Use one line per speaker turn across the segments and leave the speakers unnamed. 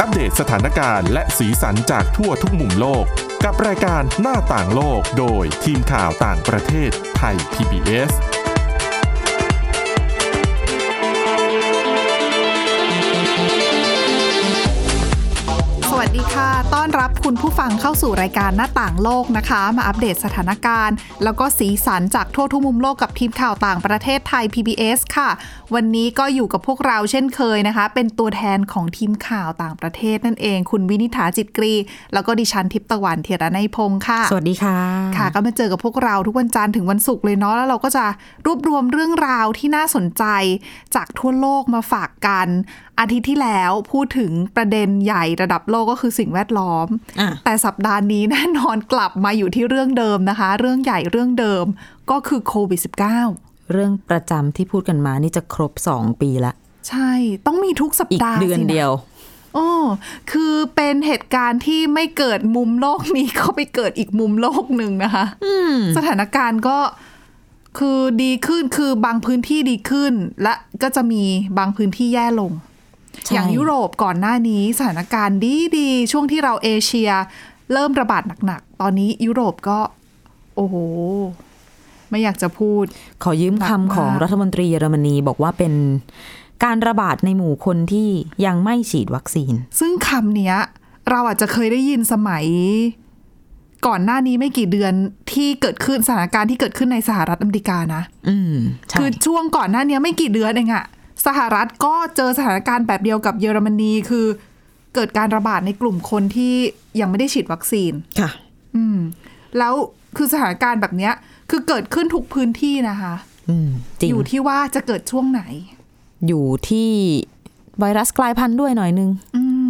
อัปเดตสถานการณ์และสีสันจากทั่วทุกมุมโลก กับรายการหน้าต่างโลกโดยทีมข่าวต่างประเทศไทย PBS
สวัสดีค่ะ ต้อนรับคุณผู้ฟังเข้าสู่รายการหน้าต่างโลกนะคะ มาอัปเดตสถานการณ์ แล้วก็สีสันจากทั่วทุกมุมโลกกับทีมข่าวต่างประเทศไทย PBS ค่ะ วันนี้ก็อยู่กับพวกเราเช่นเคยนะคะ เป็นตัวแทนของทีมข่าวต่างประเทศนั่นเอง คุณวินิษฐาจิตกรี แล้วก็ดิฉันทิพย์ตะวันเทยระนัยพงค์ค่ะ
สวัสดีค่ะ
ค่ะก็มาเจอกับพวกเราทุกวันจันทร์ถึงวันศุกร์เลยเนาะแล้วเราก็จะรวบรวมเรื่องราวที่น่าสนใจจากทั่วโลกมาฝากกัน อาทิตย์ที่แล้วพูดถึงประเด็นใหญ่ระดับโลกก็คือสิ่งแวดล้อม
อ่ะ
แต่สัปดาห์นี้แน่นอนกลับมาอยู่ที่เรื่องเดิมนะคะ เรื่องใหญ่เรื่องเดิมก็คือโควิด -19
เรื่องประจำที่พูดกันมานี่จะครบ 2 ปีละ
ใช่ต้องมีทุกสัป
อีก
ดาห์
เดือน
สิะ
เดียว
โอ้คือเป็นเหตุการณ์ที่ไม่เกิดมุมโลกนี้ ก็ไปเกิดอีกมุมโลกหนึ่งนะคะ สถานการณ์ก็คือดีขึ้น คือบางพื้นที่ดีขึ้น และก็จะมีบางพื้นที่แย่ลง
ใช่
อย่างยุโรปก่อนหน้านี้สถานการณ์ดีดีๆช่วงที่เราเอเชีย เริ่มระบาดหนักๆ ตอนนี้ยุโรปก็ โอ้โห ไม่อยากจะพูด
ขอยืม
หนัก
คำ
มาก
ของรัฐมนตรีเยอรมนีบอกว่าเป็นการระบาดในหมู่คนที่ยังไม่ฉีดวัคซีน
ซึ่งคำเนี้ย เราอาจจะเคยได้ยินสมัย ก่อนหน้านี้ไม่กี่เดือนที่เกิดขึ้นสถานการณ์ที่เกิดขึ้นในสหรัฐอเมริกานะ
อืม ใช่
คือช่วงก่อนหน้าเนี้ยไม่กี่เดือนเองอะสหรัฐก็เจอสถานการณ์แบบเดียวกับเยอรมนีคือ เกิดการระบาดในกลุ่มคนที่ยังไม่ได้ฉีดวัคซีน
ค่ะ
อืม แล้วคือสถานการณ์แบบเนี้ย คือเกิดขึ้นทุกพื้นที่นะคะ
อืม จริง
อยู่ที่ว่าจะเกิดช่วงไหน
อยู่ที่ไวรัสกลายพันธุ์ด้วยหน่อยนึง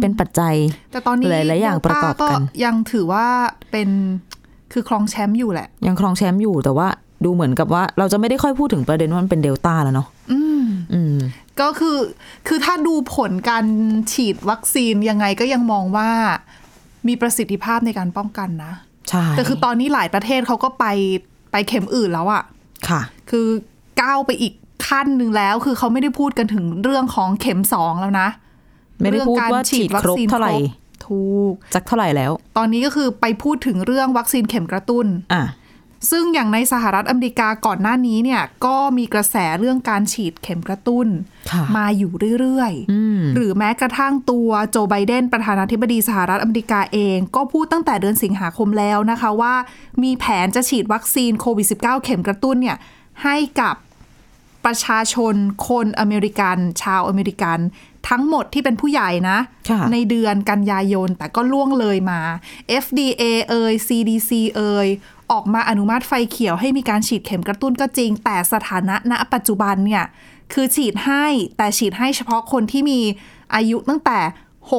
เป็นปัจจัย
แต่ตอนนี้
หลายๆอย่างประกอบกัน
เดลต้ายังถือว่าเป็นคือครองแชมป์อยู่แหละ
ยังครองแชมป์อยู่แต่ว่าดูเหมือนกับว่า เราจะไม่ได้ค่อยพูดถึงประเด็นว่ามันเป็นเดลต้าแล้วเนาะ
อืม
อืม
ก็คือคือถ้าดูผลการฉีดวัคซีนยังไงก็ยังมองว่ามีประสิทธิภาพในการป้องกันนะ
ใช่
แต่คือตอนนี้หลายประเทศเขาก็ไปไปเข็มอื่นแล้วอะ
ค่ะ
คือก้าวไปอีกขั้นหนึ่งแล้ว คือเขาไม่ได้พูดกันถึงเรื่องของเข็มสองแล้วนะ
ไม่ได้พูดว่าฉีดครบเท่าไหร่
องกฉีดวัคซีนคบถูก
จักเท่าไหร่แล้ว
ตอนนี้ก็คือไปพูดถึงเรื่องวัคซีนเข็มกระตุ้น
อ่ะ
ซึ่งอย่างในสหรัฐอเมริกาก่อนหน้านี้เนี่ยก็มีกระแสเรื่องการฉีดเข็มกระตุ้น
ค่ะ
มาอยู่เรื่อย
อืม
ๆ หรือแม้กระทั่งตัวโจไบเดนประธานาธิบดีสหรัฐอเมริกาเอง ก็พูดตั้งแต่เดือนสิงหาคมแล้วนะคะว่ามีแผนจะฉีดวัคซีนโควิด -19 เข็มกระตุ้นเนี่ยให้กับประชาชนคนอเมริกัน ชาวอเมริกัน ทั้งหมดที่เป็นผู้ใหญ่นะ
ค่ะ
ในเดือนกันยายน แต่ก็ล่วงเลยมา FDA เอ่ย CDC เอ่ยออกมาอนุมัติไฟเขียวให้มีการฉีดเข็มกระตุ้นก็จริง แต่สถานะณปัจจุบันเนี่ย คือฉีดให้แต่ฉีดให้เฉพาะคนที่มีอายุตั้งแต่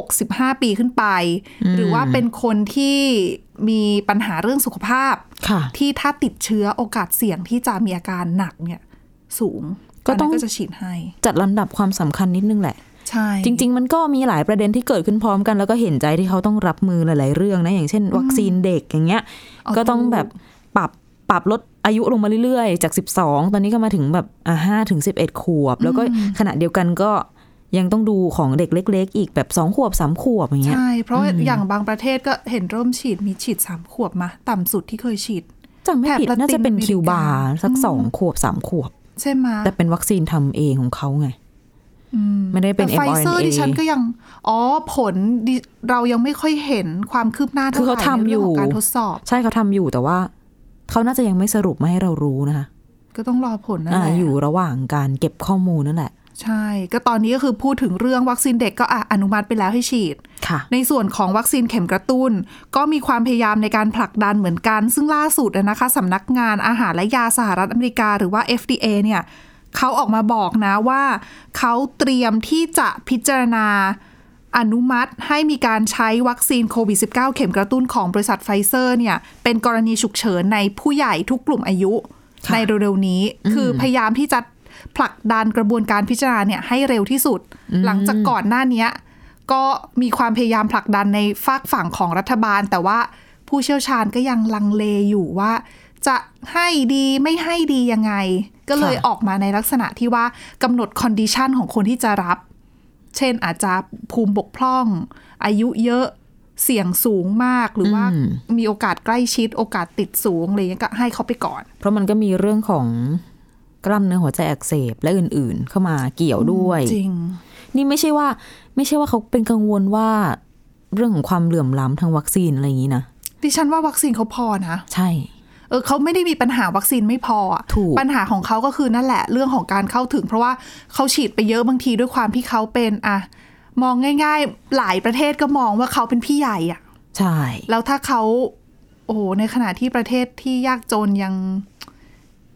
65 ปีขึ้นไป หรือว่าเป็นคนที่มีปัญหาเรื่องสุขภาพ
ค่ะ
ที่ถ้าติดเชื้อโอกาสเสี่ยงที่จะมีอาการหนักเนี่ยสูง
ก็ต้อ
น
ง
นั้นก็จะฉีดให้
จัดลำดับความสำคัญนิดนึงแหละ
ใช่
จริง ๆ มันก็มีหลายประเด็นที่เกิดขึ้นพร้อมกัน แล้วก็เห็นใจที่เขาต้องรับมือหลาย ๆ เรื่องนะ อย่างเช่น วัคซีนเด็กอย่างเงี้ย
เอา
ก็ต้อง
ลู
แบบปรับปรับลดอายุลงมาเรื่อย ๆ จาก 12 ตอนนี้ก็มาถึงแบบอ่ะห้าถึงสิบเอ็ดขวบ แล้วก็ขณะเดียวกันก็ยังต้องดูของเด็กเล็ก ๆ อีกแบบสองขวบสามขวบอย่างเงี้ย
ใช่ เพราะอย่างบางประเทศก็เห็นเริ่มฉีดมีฉีดสามขวบมา ต่ำสุดที่เคยฉีด
จำไม่ผิด
แถบละติน
น่าจะเป็
อ
น
เมริกา
คิวบาสัก
อืม
สองขวบสามขวบ
ใช่ไหม
แต่เป็นวัคซีนทำเองของเขาไง
อื
ไม่ได้เป็น
แต่ไฟเซอร์
mRNA
ดิฉันก็ยัง อ๋อผลดิเรายังไม่ค่อยเห็นความคืบหน้า
คื
เท่า
อ
ไหร่
เขา
ใน
ทำอ
เรื่
ยู่
องของการทดสอบ
ใช่เขาทำอยู่แต่ว่า เขาน่าจะยังไม่สรุปมาให้เรารู้นะคะ
ก็ต้องรอผลนั่น
อ่า
แหละ
อยู่ระหว่างการเก็บข้อมูลนั่นแหละ
ใช่ ก็ตอนนี้ก็คือพูดถึงเรื่องวัคซีนเด็กก็อ่ะอนุมัติไปแล้วให้ฉีด
ค่ะ
ในส่วนของวัคซีนเข็มกระตุ้น ก็มีความพยายามในการผลักดันเหมือนกัน ซึ่งล่าสุดน่ะนะคะสำนักงานอาหารและยาสหรัฐอเมริกา หรือว่า FDA เนี่ยเขาออกมาบอกนะว่าเขาเตรียมที่จะพิจารณาอนุมัติให้มีการใช้วัคซีนโควิด -19 เข็มกระตุ้นของบริษัทไฟเซอร์เนี่ยเป็นกรณีฉุกเฉินในผู้ใหญ่ทุกกลุ่มอายุ
ค่ะ
ในเร็วๆนี้ คือพยายามที่จะผลักดันกระบวนการพิจารณาเนี่ยให้เร็วที่สุด หลังจากก่อนหน้าเนี้ยก็มีความพยายามผลักดันในฝากฝั่งของรัฐบาล แต่ว่าผู้เชี่ยวชาญก็ยังลังเลอยู่ว่า จะให้ดีไม่ให้ดียังไง ก็เลย
ค่ะ
ออกมาในลักษณะที่ว่ากำหนดคอนดิชันของคนที่จะรับ เช่นอาจจะภูมิบกพร่อง อายุเยอะเสี่ยงสูงมากหรือว่า
อืม
มีโอกาสใกล้ชิด โอกาสติดสูงอะไรเงี้ยก็ให้เขาไปก่อน
เพราะมันก็มีเรื่องของกล้ามเนื้อหัวใจอักเสบและอื่นๆ เข้ามาเกี่ยวด้วย
จริง
นี่ไม่ใช่ว่า ไม่ใช่ว่าเขาเป็นกังวลว่า เรื่องของความเหลื่อมล้ำทางวัคซีนอะไรอย่างนี้นะ
ดิฉันว่าวัคซีนเขาพอนะ
ใช่
เออเขาไม่ได้มีปัญหาวัคซีนไม่พออะ
ถูก
ปัญหาของเขาก็คือนั่นแหละเรื่องของการเข้าถึง เพราะว่าเขาฉีดไปเยอะบางทีด้วยความที่เขาเป็นอะมองง่าย ๆ หลายประเทศก็มองว่าเขาเป็นพี่ใหญ่อะ
ใช่
แล้วถ้าเขาโอ้โหในขณะที่ประเทศที่ยากจนยัง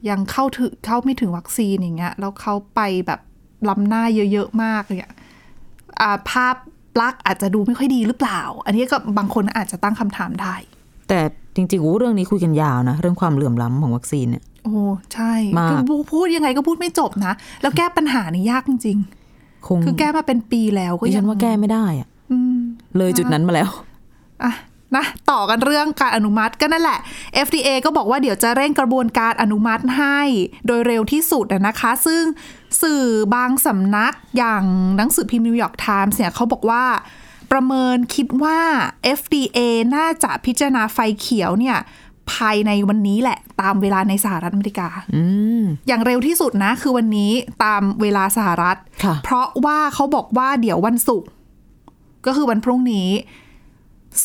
ยังเข้าถึงเข้าไม่ถึงวัคซีนอย่างเงี้ยแล้วเขาไปแบบล้ำหน้าเยอะๆมากเนี่ยอ่าภาพลักษณ์อาจจะดูไม่ค่อยดีหรือเปล่า อันนี้ก็บางคนอาจจะตั้งคำถามได้
แต่จริงๆอู้เรื่องนี้คุยกันยาวนะ เรื่องความเหลื่อมล้ำของวัคซีนเนี่ย
โอ้ใช่
มาก
คือพูพูดยังไงก็พูดไม่จบนะ แล้วแก้ปัญหานี่ยากจริง
คง
ๆคือแก้มาเป็นปีแล้วก็
ดิ
ยั
ฉั
ง
นว่าแก้ไม่ได้อะ
อืม
เลยจุดนั้นมาแล้ว
อ่ะนะต่อกันเรื่องการอนุมัติก็นั่นแหละ FDA ก็บอกว่าเดี๋ยวจะเร่งกระบวนการอนุมัติให้ โดยเร็วที่สุดอะนะคะ ซึ่งสื่อบางสำนักอย่างหนังสือพิมพ์นิวยอร์กไทมส์เนี่ยเขาบอกว่า ประเมินคิดว่า FDA น่าจะพิจารณาไฟเขียวเนี่ยภายในวันนี้แหละ ตามเวลาในสหรัฐอเมริกา
อืม
อย่างเร็วที่สุดนะคือวันนี้ตามเวลาสหรัฐ
ค่ะ
เพราะว่าเขาบอกว่าเดี๋ยววันศุกร์ก็คือวันพรุ่งนี้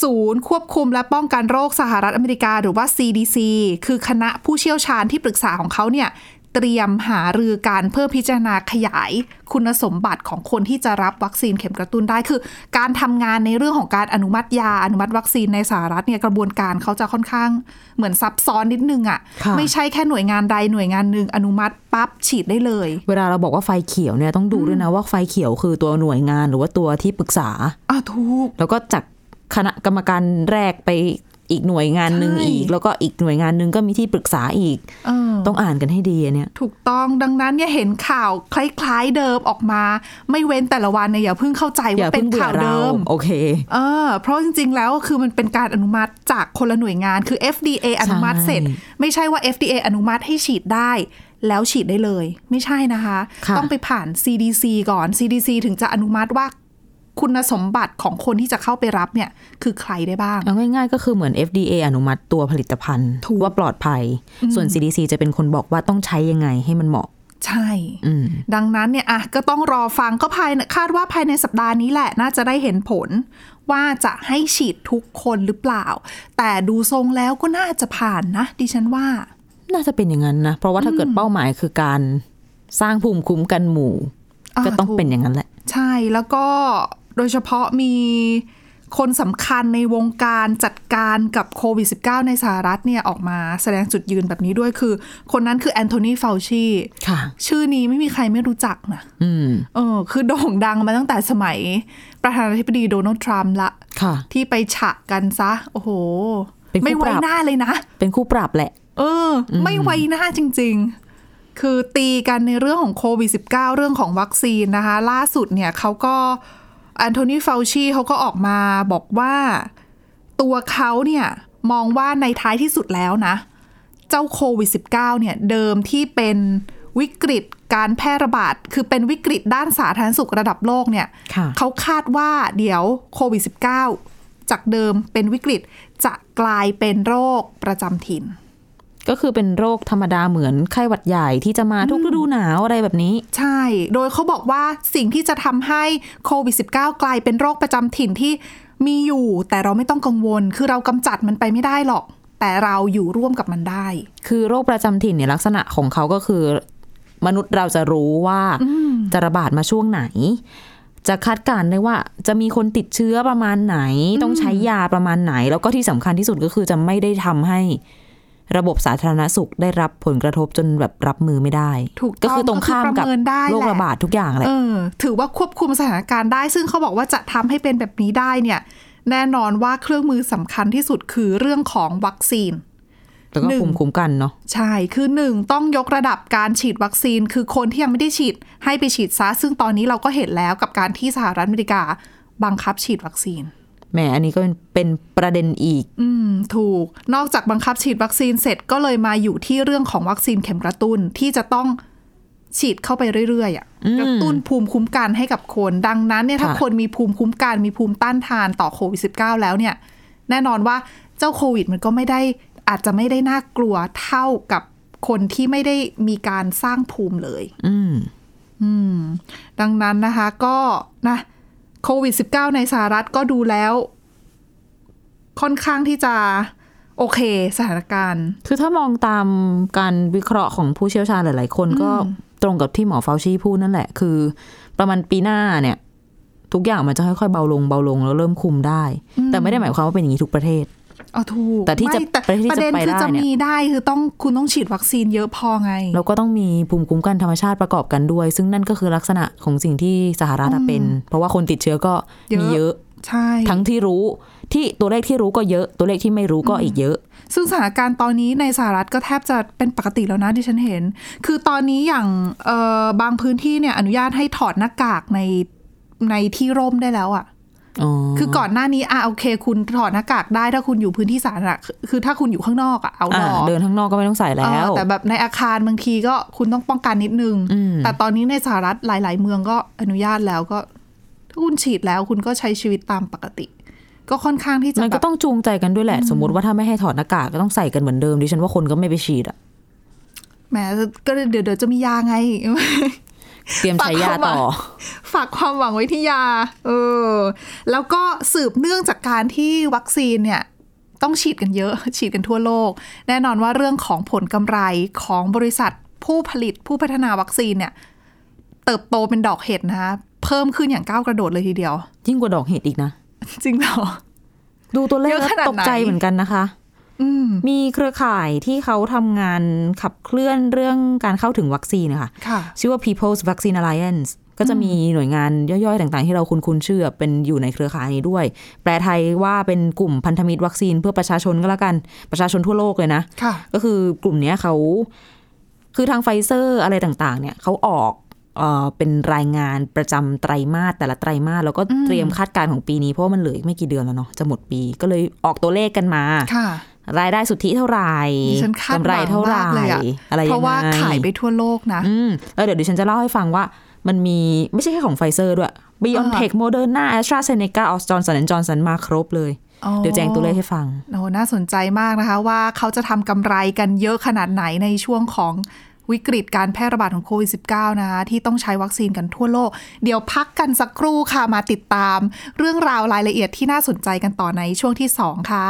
ศูนย์ควบคุมและป้องกันโรคสหรัฐอเมริกาหรือว่า CDC คือคณะผู้เชี่ยวชาญที่ปรึกษาของเขาเนี่ย เตรียมหารือการเพื่อพิจารณาขยายคุณสมบัติของคนที่จะรับวัคซีนเข็มกระตุ้นได้คือ การทำงานในเรื่องของการอนุมัติยาอนุมัติวัคซีนในสหรัฐเนี่ยกระบวนการเขาจะค่อนข้างเหมือนซับซ้อนนิดนึงอะ
ค่ะ
่ะไม่ใช่แค่หน่วยงานใดหน่วยงานหนึ่งอนุมัติปั๊บฉีดได้เลย
เวลาเราบอกว่าไฟเขียวเนี่ยต้องดูด้วยนะว่าไฟเขียวคือตัวหน่วยงานหรือว่าตัวที่ปรึกษา
อ่ะถูก
แล้วก็จากคณะกรรมการแรกไปอีกหน่วยงานหนึ่ง
ใช่
อีก แล้วก็อีกหน่วยงานหนึ่งก็มีที่ปรึกษาอีก
เออ
ต้องอ่านกันให้ดีอันเนี่ย
ถูกต้องดังนั้นเนี่ยเห็นข่าวคล้ายๆเดิมออกมา ไม่เว้นแต่ละวันเนี่ยอย่าเพิ่งเข้าใจ
อย่า
ว่าเป็
เพิ่
น
งเบื่อ
ข่าว
เรา
เดิม
โอเค
เออเพราะจริงๆ แล้วคือมันเป็นการอนุมัติจากคนละหน่วยงานคือ FDA อนุมัติเสร็จ ไม่ใช่ว่า FDA อนุมัติให้ฉีดได้ แล้วฉีดได้เลย ไม่ใช่นะคะ
ค่ะ
ต้องไปผ่าน CDC ก่อน CDC ถึงจะอนุมัติว่าคุณสมบัติของคนที่จะเข้าไปรับเนี่ยคือใครได้บ้าง
เอาง่ายๆ ก็คือเหมือน FDA อนุมัติตัวผลิตภัณฑ์
ถูก
ว่าปลอดภัย ส่วน CDC จะเป็นคนบอกว่าต้องใช้ยังไงให้มันเหมาะ
ใช่
อืม
ดังนั้นเนี่ยอ่ะก็ต้องรอฟังก็ภายในคาดว่าภายในสัปดาห์นี้แหละ น่าจะได้เห็นผล ว่าจะให้ฉีดทุกคนหรือเปล่า แต่ดูทรงแล้วก็น่าจะผ่านนะ ดิฉันว่า
น่าจะเป็นอย่างนั้นนะ เพราะว่าถ้าเกิดเป้าหมายคือการสร้างภูมิคุ้มกันหมู่
อ่า
ก็ต้อง
ถูก
เป็นอย่างนั้นแหละ
ใช่แล้วก็โดยเฉพาะมีคนสำคัญในวงการจัดการกับโควิด -19 ในสหรัฐเนี่ยออกมาแสดงจุดยืนแบบนี้ด้วยคือ คนนั้นคือแอนโทนีเฟลชี
ค่ะ
ชื่อนี้ไม่มีใครไม่รู้จักนะ
อืม
เออคือโด่งดังมาตั้งแต่สมัย ประธานาธิบดีโดนัลด์ทรัมป์ละ
ค่ะ
ที่ไปฉะกันซะ โอ้โห
เป็นคู่
ไม่
ป
ไว้
รับ
หน้าเลยนะ
เป็นคู่ปรับแหละ
เอออไม่ไว้หน้าจริง ๆ คือตีกันในเรื่องของโควิด -19 เรื่องของวัคซีนนะคะ ล่าสุดเนี่ยเขาก็แอนโทนีเฟลชีเขาก็ออกมาบอกว่าตัวเขาเนี่ย มองว่าในท้ายที่สุดแล้วนะ เจ้าโควิด -19 เนี่ย เดิมที่เป็นวิกฤตการแพร่ระบาด คือเป็นวิกฤตด้านสาธารณสุขระดับโลกเนี่ย
ค่ะ
เขาคาดว่าเดี๋ยวโควิด -19 จากเดิมเป็นวิกฤตจะกลายเป็นโรคประจำถิ่น
ก็คือเป็นโรคธรรมดาเหมือนไข้หวัดใหญ่ที่จะมาทุกฤดูหนาวอะไรแบบนี้
ใช่ โดยเขาบอกว่าสิ่งที่จะทำให้โควิด -19 กลายเป็นโรคประจำถิ่นที่มีอยู่ แต่เราไม่ต้องกังวล คือเรากำจัดมันไปไม่ได้หรอก แต่เราอยู่ร่วมกับมันได้
คือโรคประจำถิ่นเนี่ยลักษณะของเขาก็คือ มนุษย์เราจะรู้ว่าจะระบาดมาช่วงไหน จะคาดการณ์ได้ว่าจะมีคนติดเชื้อประมาณไหน ต้องใช้ยาประมาณไหน แล้วก็ที่สำคัญที่สุดก็คือจะไม่ได้ทำให้ระบบสาธารณสุขได้รับผลกระทบจนแบบรับมือไม่ได้
ถูกต้อง
คือตรงข้าม
ก็คือป
กั
ระ
บ
เมินได้แหละ
โรคระบาดทุกอย่างแหละ
เออ ถือว่าควบคุมสถานการณ์ได้ ซึ่งเขาบอกว่าจะทำให้เป็นแบบนี้ได้เนี่ย แน่นอนว่าเครื่องมือสำคัญที่สุดคือเรื่องของวัคซีน
แล้วก็
หนึ่ง
ภูมิคุ้มกันเนาะ
ใช่ คือ 1 ต้องยกระดับการฉีดวัคซีน คือคนที่ยังไม่ได้ฉีดให้ไปฉีดซะ ซึ่งตอนนี้เราก็เห็นแล้วกับการที่สหรัฐอเมริกาบังคับฉีดวัคซีน
แหมอันนี้ก็เป็นเป็นประเด็นอีก
อืม ถูก นอกจากบังคับฉีดวัคซีนเสร็จก็เลยมาอยู่ที่เรื่องของวัคซีนเข็มกระตุ้นที่จะต้อง ฉีดเข้าไปเรื่อยๆอะ
อืม
กระตุ้นภูมิคุ้มกันให้กับคน ดังนั้นเนี่ยถ้า
ค่ะ
คนมีภูมิคุ้มกัน มีภูมิต้านทานต่อโควิด -19 แล้วเนี่ย แน่นอนว่าเจ้าโควิดมันก็ไม่ได้อาจจะไม่ได้น่ากลัวเท่ากับคนที่ไม่ได้มีการสร้างภูมิเลย
อืม
อืม ดังนั้นนะคะก็นะโควิด -19 ในสหรัฐก็ดูแล้ว ค่อนข้างที่จะโอเคสถานการณ์
คือถ้ามองตามการวิเคราะห์ของผู้เชี่ยวชาญหลาย ๆ คนก็ตรงกับที่หมอเฟลชีพูดนั่นแหละ คือประมาณปีหน้าเนี่ย ทุกอย่างมันจะค่อย ๆ เบาลงเบาลงแล้วเริ่มคุมได้ แต่ไม่ได้หมายความว่าเป็นอย่างนี้ทุกประเทศ
เอาถูก
แต่ที่จะ
ไม่แต่
ประเทศที่
ประเด็น
จะไป
คือ
ได้
จะ
เนี่ย
มีได้คือต้องคุณต้องฉีดวัคซีนเยอะพอไง
แล้วก็ต้องมีภูมิคุ้มกันธรรมชาติประกอบกันด้วย ซึ่งนั่นก็คือลักษณะของสิ่งที่สหรัฐอะเป็น เพราะว่าคนติดเชื้อก็มี
เย
เย
อะ
อะ
ใช่
ทั้งที่รู้ที่ตัวเลขที่รู้ก็เยอะ ตัวเลขที่ไม่รู้ก็อีกเยอะ
ซึ่งสถานการณ์ตอนนี้ในสหรัฐก็แทบจะเป็นปกติแล้วนะที่ฉันเห็น คือตอนนี้อย่างเอ่อบางพื้นที่เนี่ยอนุญาตให้ถอดหน้ากากในในที่ร่มได้แล้วอะ่ะ
อ๋อ
คือก่อนหน้านี้อ่ะโอเค คุณถอดหน้ากากได้ถ้าคุณอยู่พื้นที่สาธารณะคือคือถ้าคุณอยู่ข้างนอกอะเอาด
อ่า
อ
เดินข้างนอกก็ไม่ต้องใส่แล้ว
เออแต่แบบในอาคารบางทีก็คุณต้องป้องกันนิดนึง
อืม
แต่ตอนนี้ในสหรัฐหลาย ๆ เมืองก็อนุญาตแล้วก็ ถ้าคุณฉีดแล้วคุณก็ใช้ชีวิตตามปกติ ก็ค่อนข้างที่จะ
มัน
แบ
ก็
บ
ต้องจูงใจกันด้วยแหละ สมมติว่าถ้าไม่ให้ถอดหน้ากากก็ต้องใส่กันเหมือนเดิมดิฉันว่าคนก็ไม่ไปฉี ดอ่ะ
แหมก็เดี๋ยวเดี๋ยวจะมียาไง
เตรียมใช้ยาต่อ
ฝากความหวังไว้ที่ยา เออ แล้วก็สืบเนื่องจากการที่วัคซีนเนี่ย ต้องฉีดกันเยอะ ฉีดกันทั่วโลก แน่นอนว่าเรื่องของผลกำไรของบริษัทผู้ผลิตผู้พัฒนาวัคซีนเนี่ย เติบโตเป็นดอกเห็ดนะคะ เพิ่มขึ้นอย่างก้าวกระโดดเลยทีเดียว
ยิ่งกว่าดอกเห็ดอีกนะ
จริงเหรอ
ดูตัวเลข
เยอะขนาดไหน
ตกใจเหมือนกันนะคะ
อืม
มีเครือข่ายที่เขาทำงานขับเคลื่อนเรื่องการเข้าถึงวัคซีนนะคะ
ค่ะ
ชื่อว่า People's Vaccine Alliance ก็จะมีหน่วยงานย่อยๆ ต่างๆ ที่เราคุ้นๆชื่อเป็นอยู่ในเครือข่ายนี้ด้วย แปลไทยว่าเป็นกลุ่มพันธมิตรวัคซีนเพื่อประชาชนก็แล้วกัน ประชาชนทั่วโลกเลยนะ
ค่ะ
ก็คือกลุ่มเนี้ยเขาคือทางไฟเซอร์อะไรต่างๆ เนี่ยเขาออกเอ่อเป็นรายงานประจำไตรมาสแต่ละไตรมาสแล้วก็เตรียมคาดการณ์ของปีนี้เพราะว่ามันเหลืออีกไม่กี่เดือนแล้วเนาะจะหมดปีก็เลยออกตัวเลขกันมา
ค่ะ
รายได้สุทธิเท่าไหร่
ดิฉันคาด
กำไรเท่า
ห
ไห
วั
ร่
งมากเลยอะ
อะไรยังไง
เพราะว่าขายไปทั่วโลกนะ
อืมแล้วเดี๋ยวดิฉันจะเล่าให้ฟังว่ามันมีไม่ใช่แค่ของไฟเซอร์ด้วย BioNTech Moderna AstraZeneca Johnson Johnson มาครบเลย เดี๋ยวแจ้งตัวเลขให้ฟัง
โอ้น่าสนใจมากนะคะว่าเขาจะทำกำไรกันเยอะขนาดไหนในช่วงของวิกฤตการแพร่ระบาดของโควิด -19 นะคะที่ต้องใช้วัคซีนกันทั่วโลก เดี๋ยวพักกันสักครู่ค่ะ มาติดตาม เรื่องราวรายละเอียดที่น่าสนใจกันต่อในช่วงที่ 2 ค่ะ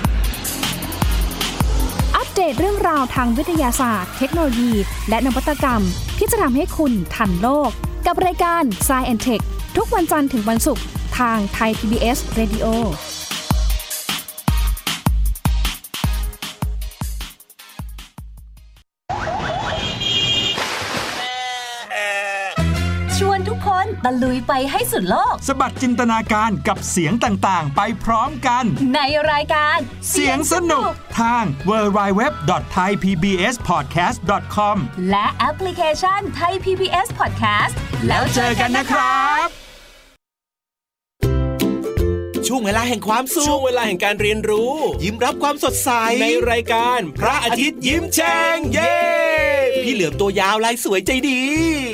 อัปเดตเรื่องราวทางวิทยาศาสตร์ เทคโนโลยี และนวัตกรรม ที่จะทำให้คุณทันโลก กับรายการ s c i e n t e c h ทุกวันจันทร์ถึงวันศุกร์ทางไทย PBS Radio
ชวนทุกคนตะลุยไปให้สุดโลก
สบัดจินตนาการกับเสียงต่างๆ ไปพร้อมกัน
ในรายการ
เสียงสนุกทาง w w w t h a i p b s p o d c a s t c o m
และแอปพลิเคชันไทย PBS Podcast แล้วเจ
เจ
อ
อ
กั
กัน น
นะ
นะ
ค
ค
รั
รับ บ
ช่วงเวลาแห่งความสุ
ช่ว
ข
งเวลาแห่งการเรียนรู้
ยิ้มรับความสดใส
ในรายการพระอาทิตย์ยิ้มแฉ่งเย้
พี่เหลือมตัวยาวลายสวยใจดี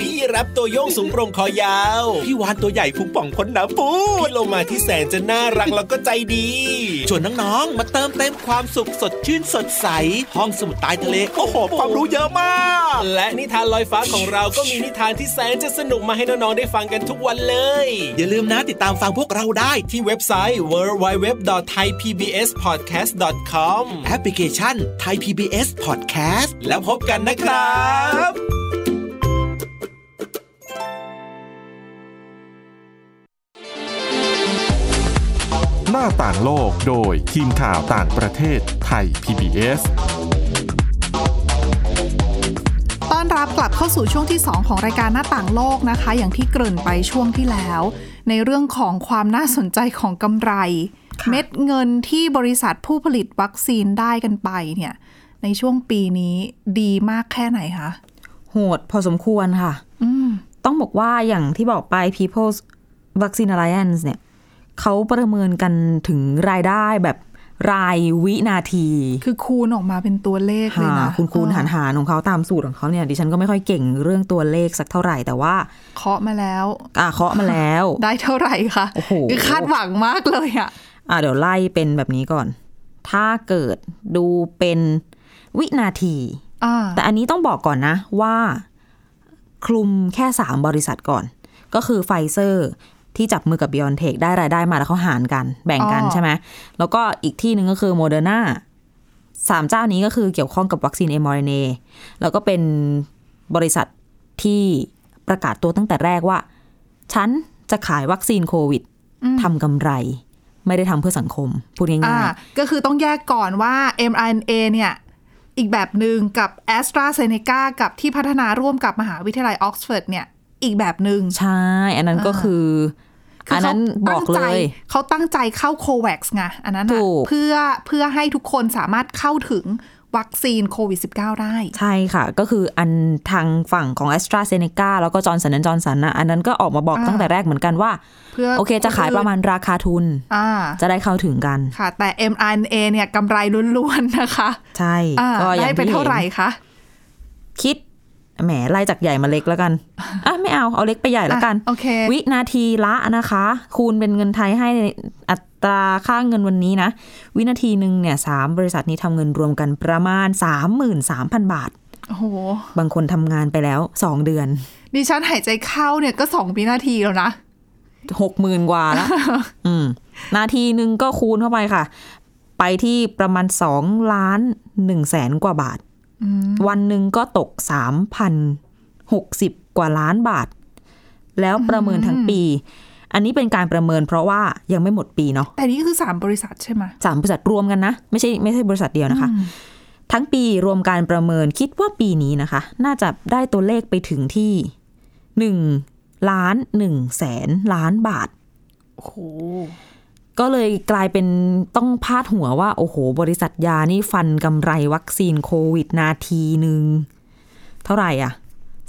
พี่รับตัวโยงสูงโปร่งคอยาว
พี่วานตัวใหญ่พุงป่องพ้นน้ำปู
พี่โลมาที่แสนจะน่ารักแล้วก็ใจดี
ชวนน้องๆ มาเติมเต็มความสุขสดชื่นสดใส ห้องสมุดใต้ทะเล โอ้โห ความรู้เยอะมาก
และนิทานลอยฟ้าของเราก็มีนิทานที่แสนจะสนุกมาให้น้องๆได้ฟังกันทุกวันเลย
อย่าลืมนะติดตามฟังพวกเราได้
ที่เว็บไซต์ www.thaipbspodcast.com
แอปพลิเคชันไทย PBS Podcast
แล้วพบกันนะครับ
หน้าต่างโลกโดยทีมข่าวต่างประเทศไทย PBS
ต้อนรับ กลับเข้าสู่ช่วงที่ 2 ของรายการหน้าต่างโลกนะคะ อย่างที่เกริ่นไปช่วงที่แล้ว ในเรื่องของความน่าสนใจของกำไร เม็ดเงินที่บริษัทผู้ผลิตวัคซีนได้กันไปเนี่ย ในช่วงปีนี้ดีมากแค่ไหนคะ
โหดพอสมควรค่ะ
อืม
ต้องบอกว่าอย่างที่บอกไป People's Vaccine Alliance เนี่ยเขาประเมินกันถึงรายได้แบบรายวินาที
คือคูณออกมาเป็นตัวเลขเลย
หา
นะ
คุณคูณ
เออ
หารหารของเขาตามสูตรของเขาเนี่ยดิฉันก็ไม่ค่อยเก่งเรื่องตัวเลขสักเท่าไหร่ แต่ว่า
เคาะมาแล้ว
อ่ะเคาะมาแล้ว
ได้เท่าไหร่คะ
โอ้โห
คือคาดหวังมากเลยอะ
อ่ะเดี๋ยวไล่เป็นแบบนี้ก่อน ถ้าเกิดดูเป็นวินาที
อ่า
แต่อันนี้ต้องบอกก่อนนะว่าคลุมแค่ 3 บริษัทก่อน ก็คือไฟเซอร์ที่จับมือกับ b ิออนเทคได้รายได้มาแล้วเขาหารกัน แบ่งกัน
อ๋อ
ใช่ไหมแล้วก็อีกที่หนึ่งก็คือโมเดอร์นาสามเจ้านี้ก็คือเกี่ยวข้องกับวัคซีน mRNA แล้วก็เป็นบริษัทที่ประกาศตัวตั้งแต่แรกว่า ฉันจะขายวัคซีนโควิดทำกำไร ไม่ได้ทำเพื่อสังคม พูด
อ่า
ง่ายๆ
ก็คือต้องแยกก่อนว่า mRNA เนี่ย อีกแบบหนึ่งกับ a s t r a z เซ e c a กับที่พัฒนาร่วมกับมหาวิทยาลัยออกซฟอร์ดเนี่ย อีกแบบหนึ่ง
ใช่ อันนั้นก็คือ
คื
อัน
เขา
นั้นบอก
ตั้งใจ
เลย
เขาตั้งใจเข้าโควัคไงอันนั้น
ถู
น่ะ
ก
เพื่อเพื่อให้ทุกคนสามารถเข้าถึงวัคซีนโควิด -19 ได้
ใช่ค่ะ ก็คืออันทางฝั่งของ a s t r a z เซ e c a แล้วก็จอร์นสันจอร์นสันนะอันนั้นก็ออกมาบอก
อ่า
ตั้งแต่แรกเหมือนกันว่า
เพื่อ
โอเคจะขายประมาณราคาทุน
อ่า
จะได้เข้าถึงกัน
ค่ะ แต่ mRNA เนี่ยกำไรล้วนๆนะคะ
ใช่
อ่า
ก็อย่า
ได้
ง
ไป
ที่
เท่าไหร่คะ
คิดแหมไล่จากใหญ่มาเล็ก แล้วกัน อ่ะไม่เอา เอาเล็กไปใหญ่แล้วกัน
อ่ะโอเค
วินาทีละนะคะ คูณเป็นเงินไทยให้ในอัตราค่าเงินวันนี้นะ วินาทีหนึ่งเนี่ยสามบริษัทนี้ทำเงินรวมกันประมาณ 33,000 บาท
โอ้โห
บางคนทำงานไปแล้ว 2 เดือน
ดิฉันหายใจเข้าเนี่ยก็สองวินาทีแล้วนะ
หกหมื่นกว่าแล้ว อืม นาทีหนึ่งก็คูณเข้าไปค่ะ ไปที่ประมาณสองล้านหนึ่งแสนกว่าบาท วันหนึ่งก็ตกสามพันหกสิบกว่าล้านบาท แล้วประเมินทั้งปี อันนี้เป็นการประเมินเพราะว่ายังไม่หมดปีเนาะ
แต่นี่คือ 3 บริษัทใช่ไหม
สามบริษัทรวมกันนะ ไม่ใช่ไม่ใช่บริษัทเดียวนะคะ ทั้งปีรวมการประเมินคิดว่าปีนี้นะคะ น่าจะได้ตัวเลขไปถึงที่หนึ่งล้านหนึ่งแสนล้านบาท
โอ้โห
ก็เลยกลายเป็นต้องพาดหัวว่า โอ้โห บริษัทยานี่ฟันกำไรวัคซีนโควิดนาทีหนึ่ง เท่าไหร่อ่ะ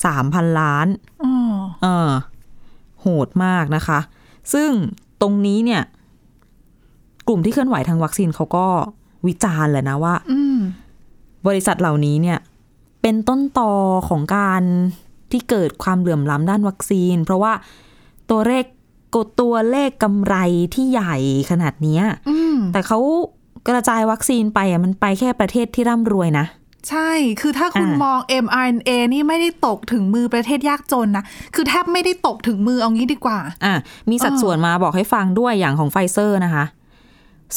สามพันล้านเออโหดมากนะคะ ซึ่งตรงนี้เนี่ย กลุ่มที่เคลื่อนไหวทางวัคซีนเขาก็วิจารณ์แหละนะว่า
อืม
บริษัทเหล่านี้เนี่ยเป็นต้นตอของการที่เกิดความเหลื่อมล้ำด้านวัคซีน เพราะว่าตัวเลขกดตัวเลขกำไรที่ใหญ่ขนาดเนี้ย
อืม
แต่เขากระจายวัคซีนไปอ่ะมันไปแค่ประเทศที่ร่ำรวยนะ
ใช่ คือถ้าคุณ
อ่าม
มอง mRNA นี่ไม่ได้ตกถึงมือประเทศยากจนนะ คือแทบไม่ได้ตกถึงมือเอางี้ดีกว่า
่ะมีสัดส่วนมาบอกให้ฟังด้วยอย่างของไฟเซอร์นะคะ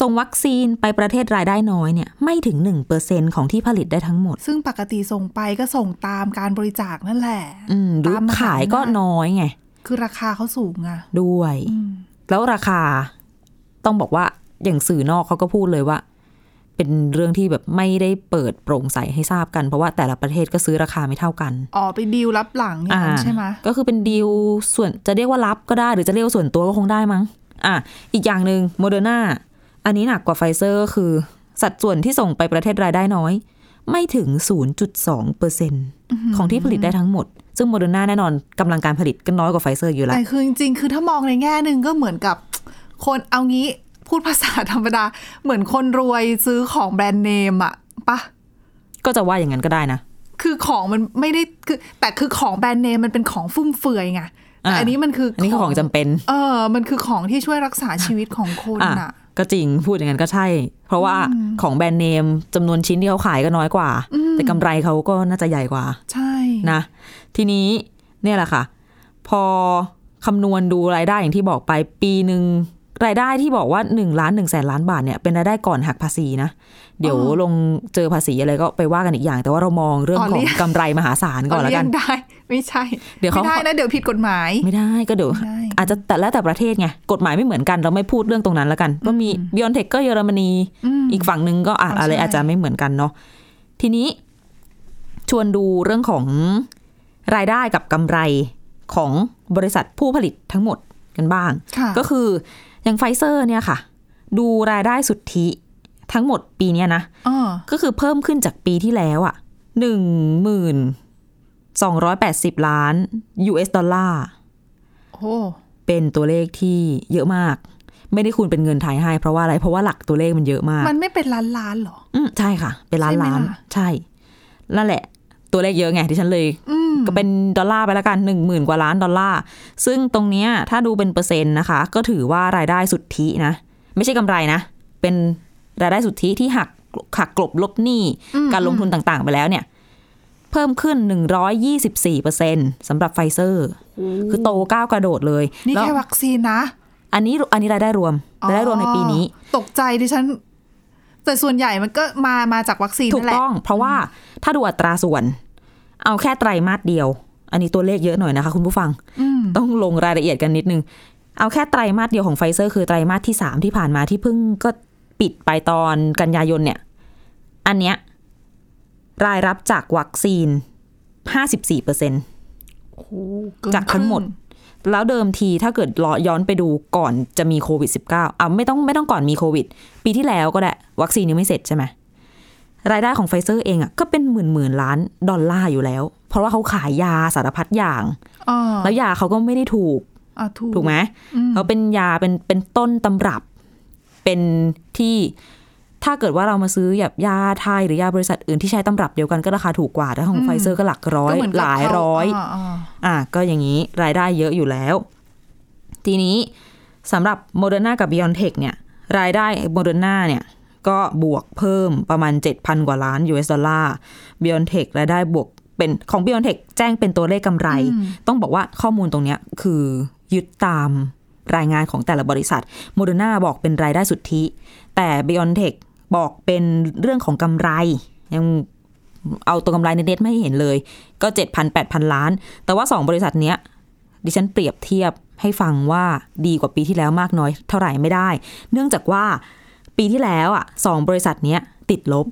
ส่งวัคซีนไปประเทศรายได้น้อยเนี่ยไม่ถึง 1%ของที่ผลิตได้ทั้งหมด
ซึ่งปกติส่งไปก็ส่งตามการบริจาคนั่นแหละ
อืมหรือ
ตมมห
ขายก็
อำจ
น้อยไง
คือราคาเขาสูงอะ
ด้วย แล้วราคาต้องบอกว่าอย่างสื่อนอกเขาก็พูดเลยว่า เป็นเรื่องที่แบบไม่ได้เปิดโปร่งใสให้ทราบกัน เพราะว่าแต่ละประเทศก็ซื้อราคาไม่เท่ากัน
อ๋อไปดีลรับหลังอย่าง
อ่า
นั้นใช่ไหม
ก็คือเป็นดีลส่วนจะเรียกว่ารับก็ได้ หรือจะเรียกว่าส่วนตัวก็คงได้มั้งอ่ะอีกอย่างหนึ่งโมเดอร์นาอันนี้หนักกว่าไฟเซอร์ก็คือ สัดส่วนที่ส่งไปประเทศรายได้น้อย ไม่ถึง 0.2%ของที่ผลิตได้ทั้งหมด ซึ่งโมเดอร์นาแน่นอนกำลังการผลิตก็น้อยกว่าไฟเซอร์อยู่แล้ว
แต่คือจริงๆ คือถ้ามองในแง่หนึ่งก็เหมือนกับ คนเอางี้พูดภาษาธรรมดา เหมือนคนรวยซื้อของแบรนด์เนมอะปะ
ก็จะว่าอย่างนั้นก็ได้นะ
คือของมันไม่ได้คือแต่คือของแบรนด์เนมมันเป็นของฟุ่มเฟือยไงแต่
อ่ะ
อันนี้มันคือ
อันนี้คือของจำเป็น
เออ มันคือของที่ช่วยรักษาชีวิตของคน
อ่ะ
อ่ะ
ก็จริงพูดอย่างนั้นก็ใช่ เพราะว่าของแบรนด์เนมจำนวนชิ้นที่เขาขายก็น้อยกว่า แต่กำไรเขาก็น่าจะใหญ่กว่า
ใช่
นะ ทีนี้เนี่ยแหละค่ะ พอคำนวณดูรายได้อย่างที่บอกไปปีหนึ่งรายได้ที่บอกว่า1นึ่งล้านหนึ่งแสนล้านบาทเนี่ยเป็นรายได้ก่อนหักภาษีนะ เดี๋ยวลงเจอภาษีอะไรก็ไปว่ากันอีกอย่าง แต่ว่าเรามองเรื่องของกำไรมหาศาลก่อนแล้ว
เรี
กั
ย
น
งได้ ไม่ใช่
เดี๋ยวเขา
ไม่ได้นะเดี๋ยวผิดกฎหมาย
ไม่ได้ก็เดี๋ยว
ไม่ได้
อาจจะแต่แล้วแต่ประเทศไงกฎหมายไม่เหมือนกันเราไม่พูดเรื่องตรงนั้นแล้วกันก็มีบิออนเทคก็เยอรมนี อีกฝั่งหนึ่งก็อะอะไรอาจจะไม่เหมือนกันเนาะทีนี้ชวนดูเรื่องของ รายได้กับกำไรของบริษัทผู้ผลิตทั้งหมดกันบ้าง
ค่ะ
ก็คืออย่างไฟเซอร์เนี่ยค่ะ ดูรายได้สุทธิทั้งหมดปีเนี้ยนะ
อ๋อ
ก็คือเพิ่มขึ้นจากปีที่แล้วอะหนึ่งหมื่นสองร้อยแปดสิบล้าน US ดอลลาร์
โอ้
เป็นตัวเลขที่เยอะมาก ไม่ได้คูณเป็นเงินไทยให้ เพราะว่าอะไร เพราะว่าหลักตัวเลขมันเยอะมาก
มันไม่เป็นล้านล้านๆหรอ
อืมใช่ค่ะ เป็นล้าน
ใช่ไหม
ล้าน
ล่ะ
ใช่ นั่นแหละ ตัวเลขเยอะไงที่ฉันเลย
อืม
ก็เป็นดอลลาร์ไปแล้วกันหนึ่งหมื่นกว่าล้านดอลลาร์ ซึ่งตรงเนี้ยถ้าดูเป็นเปอร์เซ็นต์นะคะ ก็ถือว่ารายได้สุทธินะ ไม่ใช่กำไรนะ เป็นรายได้สุทธิที่หักหักกลบลบหนี้ การลงทุนต่างๆไปแล้วเนี่ย เพิ่มขึ้น 124%สำหรับไฟเซอร์ คือโตก้าวกระโดดเลย
นี่
ล้ว
แค่วัคซีนนะ
อันนี้อันนี้รายได้รวมรายได้รวมในปีนี้
ตกใจดิฉัน แต่ส่วนใหญ่มันก็มามาจากวัคซีน
ถู
นั่น
ก
แหละ
ต้อง เพราะว่าถ้าดูอัตราส่วน เอาแค่ไตรมาสเดียว อันนี้ตัวเลขเยอะหน่อยนะคะคุณผู้ฟัง ต้องลงรายละเอียดกันนิดนึง เอาแค่ไตรมาสเดียวของไฟเซอร์คือไตรมาสที่ 3 ที่ผ่านมาที่เพิ่งก็ปิดไปตอนกันยายนเนี่ย อันเนี้ยรายรับจากวัคซีน 54เปอร์เซ็น
เน
จากทั้งหมด
ครึ่
แล้วเดิมทีถ้าเกิดรอย้อนไปดูก่อนจะมีโควิด -19 อ่ะไม่ต้องไม่ต้องก่อนมีโควิด ปีที่แล้วก็ได้ วัคซีนยังไม่เสร็จใช่ไหมรายได้ของไฟเซอร์เองอ่ะก็เป็นหมื่นหมื่นล้านดอลลาร์อยู่แล้ว เพราะว่าเขาขายยาสารพัดอย่าง
อ๋อ
แล้วยาเขาก็ไม่ได้ถูก
อ่ะถูก
ถูกไหมเขาเป็นยาเป็นเป็นต้นตำรับ เป็นที่ถ้าเกิดว่าเรามาซื้อแบบยาไทยหรือยาบริษัทอื่นที่ใช้ตำรับเดียวกันก็ราคาถูกกว่าแต่ของไฟเซอร์ก็หลักร้อย
ก็เมือนกับ
หลาย
เข
ร้อย
าาา
อ่ะก็อย่างนี้รายได้เยอะอยู่แล้ว ทีนี้สำหรับโมเดอร์นากับ b ิ o n t e c h เนี่ยรายได้โมเดอร์นาเนี่ยก็บวกเพิ่มประมาณ 7,000 กว่าล้าน US ดอลลาร์ b ิ o n t e c h รายได้บวกเป็นของ b ิ o n t e c h แจ้งเป็นตัวเลขกำไร ต้องบอกว่าข้อมูลตรงเนี้ยคือยึดตามรายงานของแต่ละบริษัทโมเดอร์นาบอกเป็นรายได้สุทธิ แต่ b ิ o n t e c h บอกเป็นเรื่องของกำไรยัง เอาตัวกำไรในเน็ตไม่ให้เห็นเลย ก็ 7,000 8,000 ล้าน แต่ว่า 2 บริษัทเนี้ย ดิฉันเปรียบเทียบให้ฟังว่าดีกว่าปีที่แล้วมากน้อยเท่าไหร่ไม่ได้ เนื่องจากว่าปีที่แล้วอ่ะสองบริษัทเนี้ยติดลบ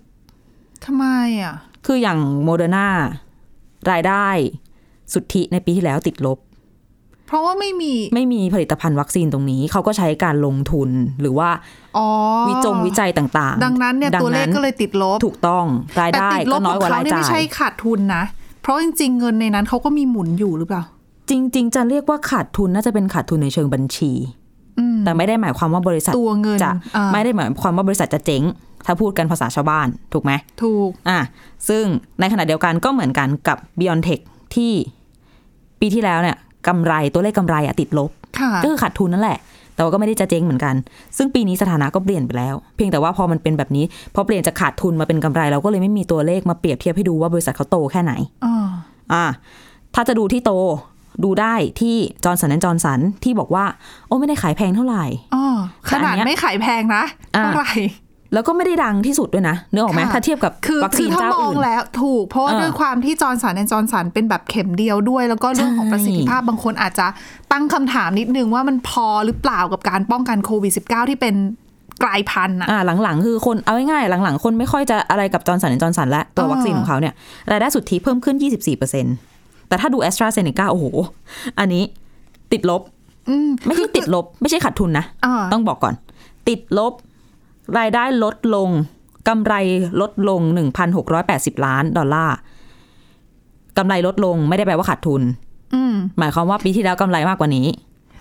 ทำไมอ่ะ
คืออย่างโมเดอร์นารายได้สุทธิในปีที่แล้วติดลบ
เพราะว่าไม่มี
ไม่มีผลิตภัณฑ์วัคซีนตรงนี้ เขาก็ใช้การลงทุนหรือว่า
อ๋อ
วิจงวิจัยต่างๆ
ดังนั้นเนี่ย
ดัง
ตัวเลขก็เลยติดลบ
ถูกต้องราย
แต่
ได้
ติดล
ก็
บ
น้
ขอ
อย
ง
กว่า
เขา
ราย
เนี่ย
จ่า
ไม่ใช่
ย
ขาดทุนนะ เพราะจริง ๆ เงินในนั้นเขาก็มีหมุนอยู่หรือเปล่า
จริง ๆ จะเรียกว่าขาดทุนน่าจะเป็นขาดทุนในเชิงบัญชี แต่ไม่ได้หมายความว่าบริษัท
ตัวเงิน
จะ
อ่า
ไม่ได้หมายความว่าบริษัทจะเจ๊ง ถ้าพูดกันภาษาชาวบ้าน ถูกไหม
ถูก
อ่ะซึ่งในขณะเดียวกันก็เหมือนกันกับ b e y o n t e c h ที่ปีที่แล้วเนี่ยกำไรตัวเลขกำไรอะติดลบ
ค่ะ
ก็คือขาดทุนนั่นแหละ แต่ว่าก็ไม่ได้จะเจ๊งเหมือนกัน ซึ่งปีนี้สถานะก็เปลี่ยนไปแล้ว เพียงแต่ว่าพอมันเป็นแบบนี้ พอเปลี่ยนจากขาดทุนมาเป็นกำไรเราก็เลยไม่มีตัวเลขมาเปรียบเทียบให้ดูว่าบริษัทเขาโตแค่ไหน
อ่า
อ่ะถ้าจะดูที่โตดูได้ที่จอร์นสันและจอร์นสันที่บอกว่า โอ้ไม่ได้ขายแพงเท่าไหร่
อ๋อ
แต่
ข
อันเนี้ย
นาดไม่ขายแพงนะ
อ่า
เท่าไหร่
แล้วก็ไม่ได้ดังที่สุดด้วยนะเนื้อออกไหม
ค่ะ
ถ้าเทียบกับ
คือ
วัค
คื
ซี
อน ถ้า
เจ้าม
อง
อื่น
แล้วถูก เพราะว่า
เออ
ด้วยความที่จอร์นสันและจอร์นสันเป็นแบบเข็มเดียวด้วย แล้วก็เรื่องของประสิทธิภาพบางคนอาจจะตั้งคำถามนิดนึงว่ามันพอหรือเปล่ากับการป้องกันโควิด -19 ที่เป็นกลายพันธุ์อะ
่ะหลังๆ คือคนเอาง่ายๆหลังๆ คนไม่ค่อยจะอะไรกับจอร์นสันและจอร์นสันและตัววัคซีนของเขาเนี่ยรายได้สุทธิเพิ่มขึ้น 24%แต่ถ้าดูแอสตราเซเนกาโอ้โห อันนี้ติดลบ
อืม
ไม่ใช่ติดลบ ไม่ใช่ขาดทุนนะ
อ่า
ต้องบอกก่อน ติดลบ รายได้ลดลงกำไรลดลง 1,680 ล้านดอลลาร์กำไรลดลงไม่ได้แปลว่าขาดทุน
อืม
หมายความว่าปีที่แล้วกำไรมากกว่านี้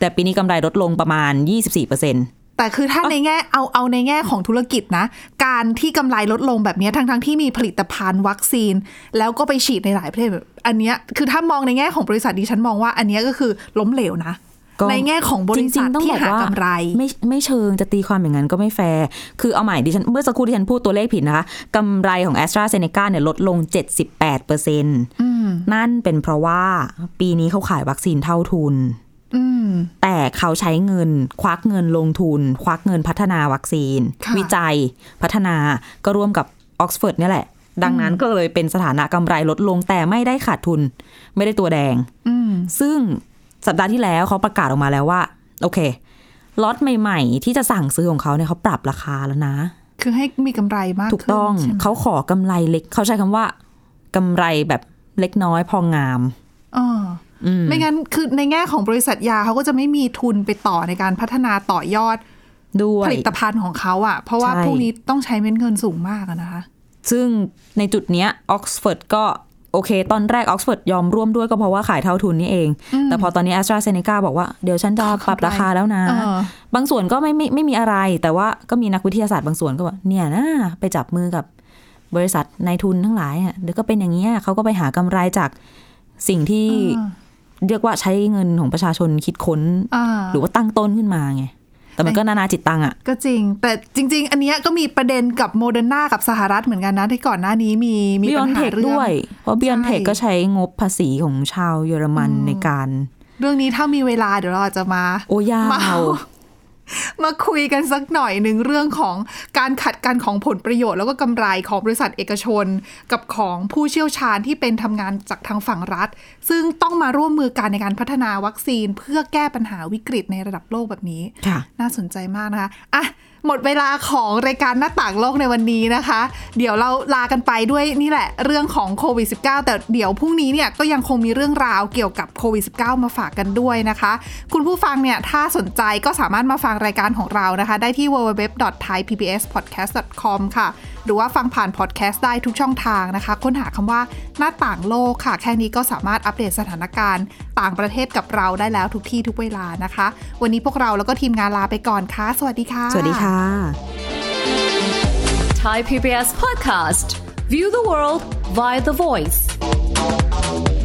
แต่ปีนี้กำไรลดลงประมาณ 24%
แต่คือถ้าในแง่เอาเอาในแง่ของธุรกิจนะ การที่กำไรลดลงแบบเนี้ยทั้งทั้งที่มีผลิตภัณฑ์วัคซีน แล้วก็ไปฉีดในหลายประเทศแบบอันเนี้ยคือถ้ามองในแง่ของบริษัทดิฉันมองว่าอันเนี้ยก็คือล้มเหลวนะ
ก็
ในแง่ของบริษัท
จงๆต้อง
ที่
บอก
หา
ว่
กำไร
ไม่ไม่เชิงจะตีความอย่างนั้นก็ไม่แฟร์ คือเอาใหม่ดิฉันเมื่อสักครู่ที่ฉันพูดตัวเลขผิดนะคะกำไรของ a s t r a z เซ e c a เนี่ยลดลง 78%นั่นเป็นเพราะว่าปีนี้เขาขายวัคซีนเท่าทุน
อืม
แต่เขาใช้เงินควักเงินลงทุน ควักเงินพัฒนาวัคซีน
ค่ะ
วิจัยพัฒนาก็ร่วมกับออกซฟอร์ดเนี่ยแหละ ดังนั้นก็เลยเป็นสถานะกำไรลดลงแต่ไม่ได้ขาดทุน ไม่ได้ตัวแดง
อืม
ซึ่งสัปดาห์ที่แล้วเขาประกาศออกมาแล้วว่า โอเคล็อตใหม่ๆ ที่จะสั่งซื้อของเขาเนี่ยเขาปรับราคาแล้วนะ
คือให้มีกำไรมาก
ถูก
ขึ้น
ต้อง
ใช่ไหม
เขาขอกำไรเล็ก เขาใช้คำว่ากำไรแบบเล็กน้อยพองาม
อ่าไม่งั้นคือในแง่ของบริษัทยาเขาก็จะไม่มีทุนไปต่อในการพัฒนาต่อยอด
ด้วย
ผลิตภัณฑ์ของเขาอะเพราะว่า
ใช่
พวกนี้ต้องใช้เม็ดเงินสูงมากอะนะคะ
ซึ่งในจุดเนี้ยออกซฟอร์ดก็โอเค ตอนแรกออกซฟอร์ดยอมร่วมด้วยก็เพราะว่าขายเท่าทุนนี่เอง แต่พอตอนนี้แอสตราเซเนกาบอกว่าเดี๋ยวฉันจะปรับราคาแล้วนะ
เออ
บางส่วนก็ไม่ไม่ไม่มีอะไร แต่ว่าก็มีนักวิทยาศาสตร์บางส่วนก็บอกเนี่ยนะไปจับมือกับบริษัทนายทุนทั้งหลายอะเดี๋ยวก็เป็นอย่างนี้ยเขาก็ไปหากำไรจากสิ่งที่เรียกว่าใช้เงินของประชาชนคิดค้น
อ่า
หรือว่าตั้งต้นขึ้นมาไงแต่มันก็นานาจิตตังอะ
ก็จริง แต่จริง ๆ อันเนี้ยก็มีประเด็นกับโมเดอร์นากับสหรัฐเหมือนกันนะ ที่ก่อนหน้านี้มีมี
บิอ
ปั
อน
ญ
เท
หา
ค
เรื่อง
ด้วย เพราะบิออนเทค
ใช่
ก็ใช้งบภาษีของชาวเยอรมันในการ
เรื่องนี้ถ้ามีเวลาเดี๋ยวเราอาจจะมา
โอ้ยา
เมา
ว
มาคุยกันสักหน่อยหนึ่งเรื่องของการขัดกันของผลประโยชน์ แล้วก็กำไรของบริษัทเอกชน กับของผู้เชี่ยวชาญที่เป็นทำงานจากทางฝั่งรัฐ ซึ่งต้องมาร่วมมือกันในการพัฒนาวัคซีน เพื่อแก้ปัญหาวิกฤตในระดับโลกแบบนี้
ค่ะ
น่าสนใจมากนะคะอ่ะหมดเวลาของรายการหน้าต่างโลกในวันนี้นะคะ เดี๋ยวเราลากันไปด้วยนี่แหละเรื่องของโควิด -19 แต่เดี๋ยวพรุ่งนี้เนี่ยก็ยังคงมีเรื่องราวเกี่ยวกับโควิด -19 มาฝากกันด้วยนะคะ คุณผู้ฟังเนี่ยถ้าสนใจก็สามารถมาฟังรายการของเรานะคะ ได้ที่ www.thaipbspodcast.com ค่ะ หรือว่าฟังผ่านพอดแคสต์ได้ทุกช่องทางนะคะ ค้นหาคำว่าหน้าต่างโลกค่ะ แค่นี้ก็สามารถอัปเดตสถานการณ์ ต่างประเทศกับเราได้แล้วทุกที่ทุกเวลานะคะ วันนี้พวกเราแล้วก็ทีมงานลาไปก่อนค่ะ สวัสดีค่ะ
สวัสดีค่ะ
Thai PBS podcast. View the world via the voice.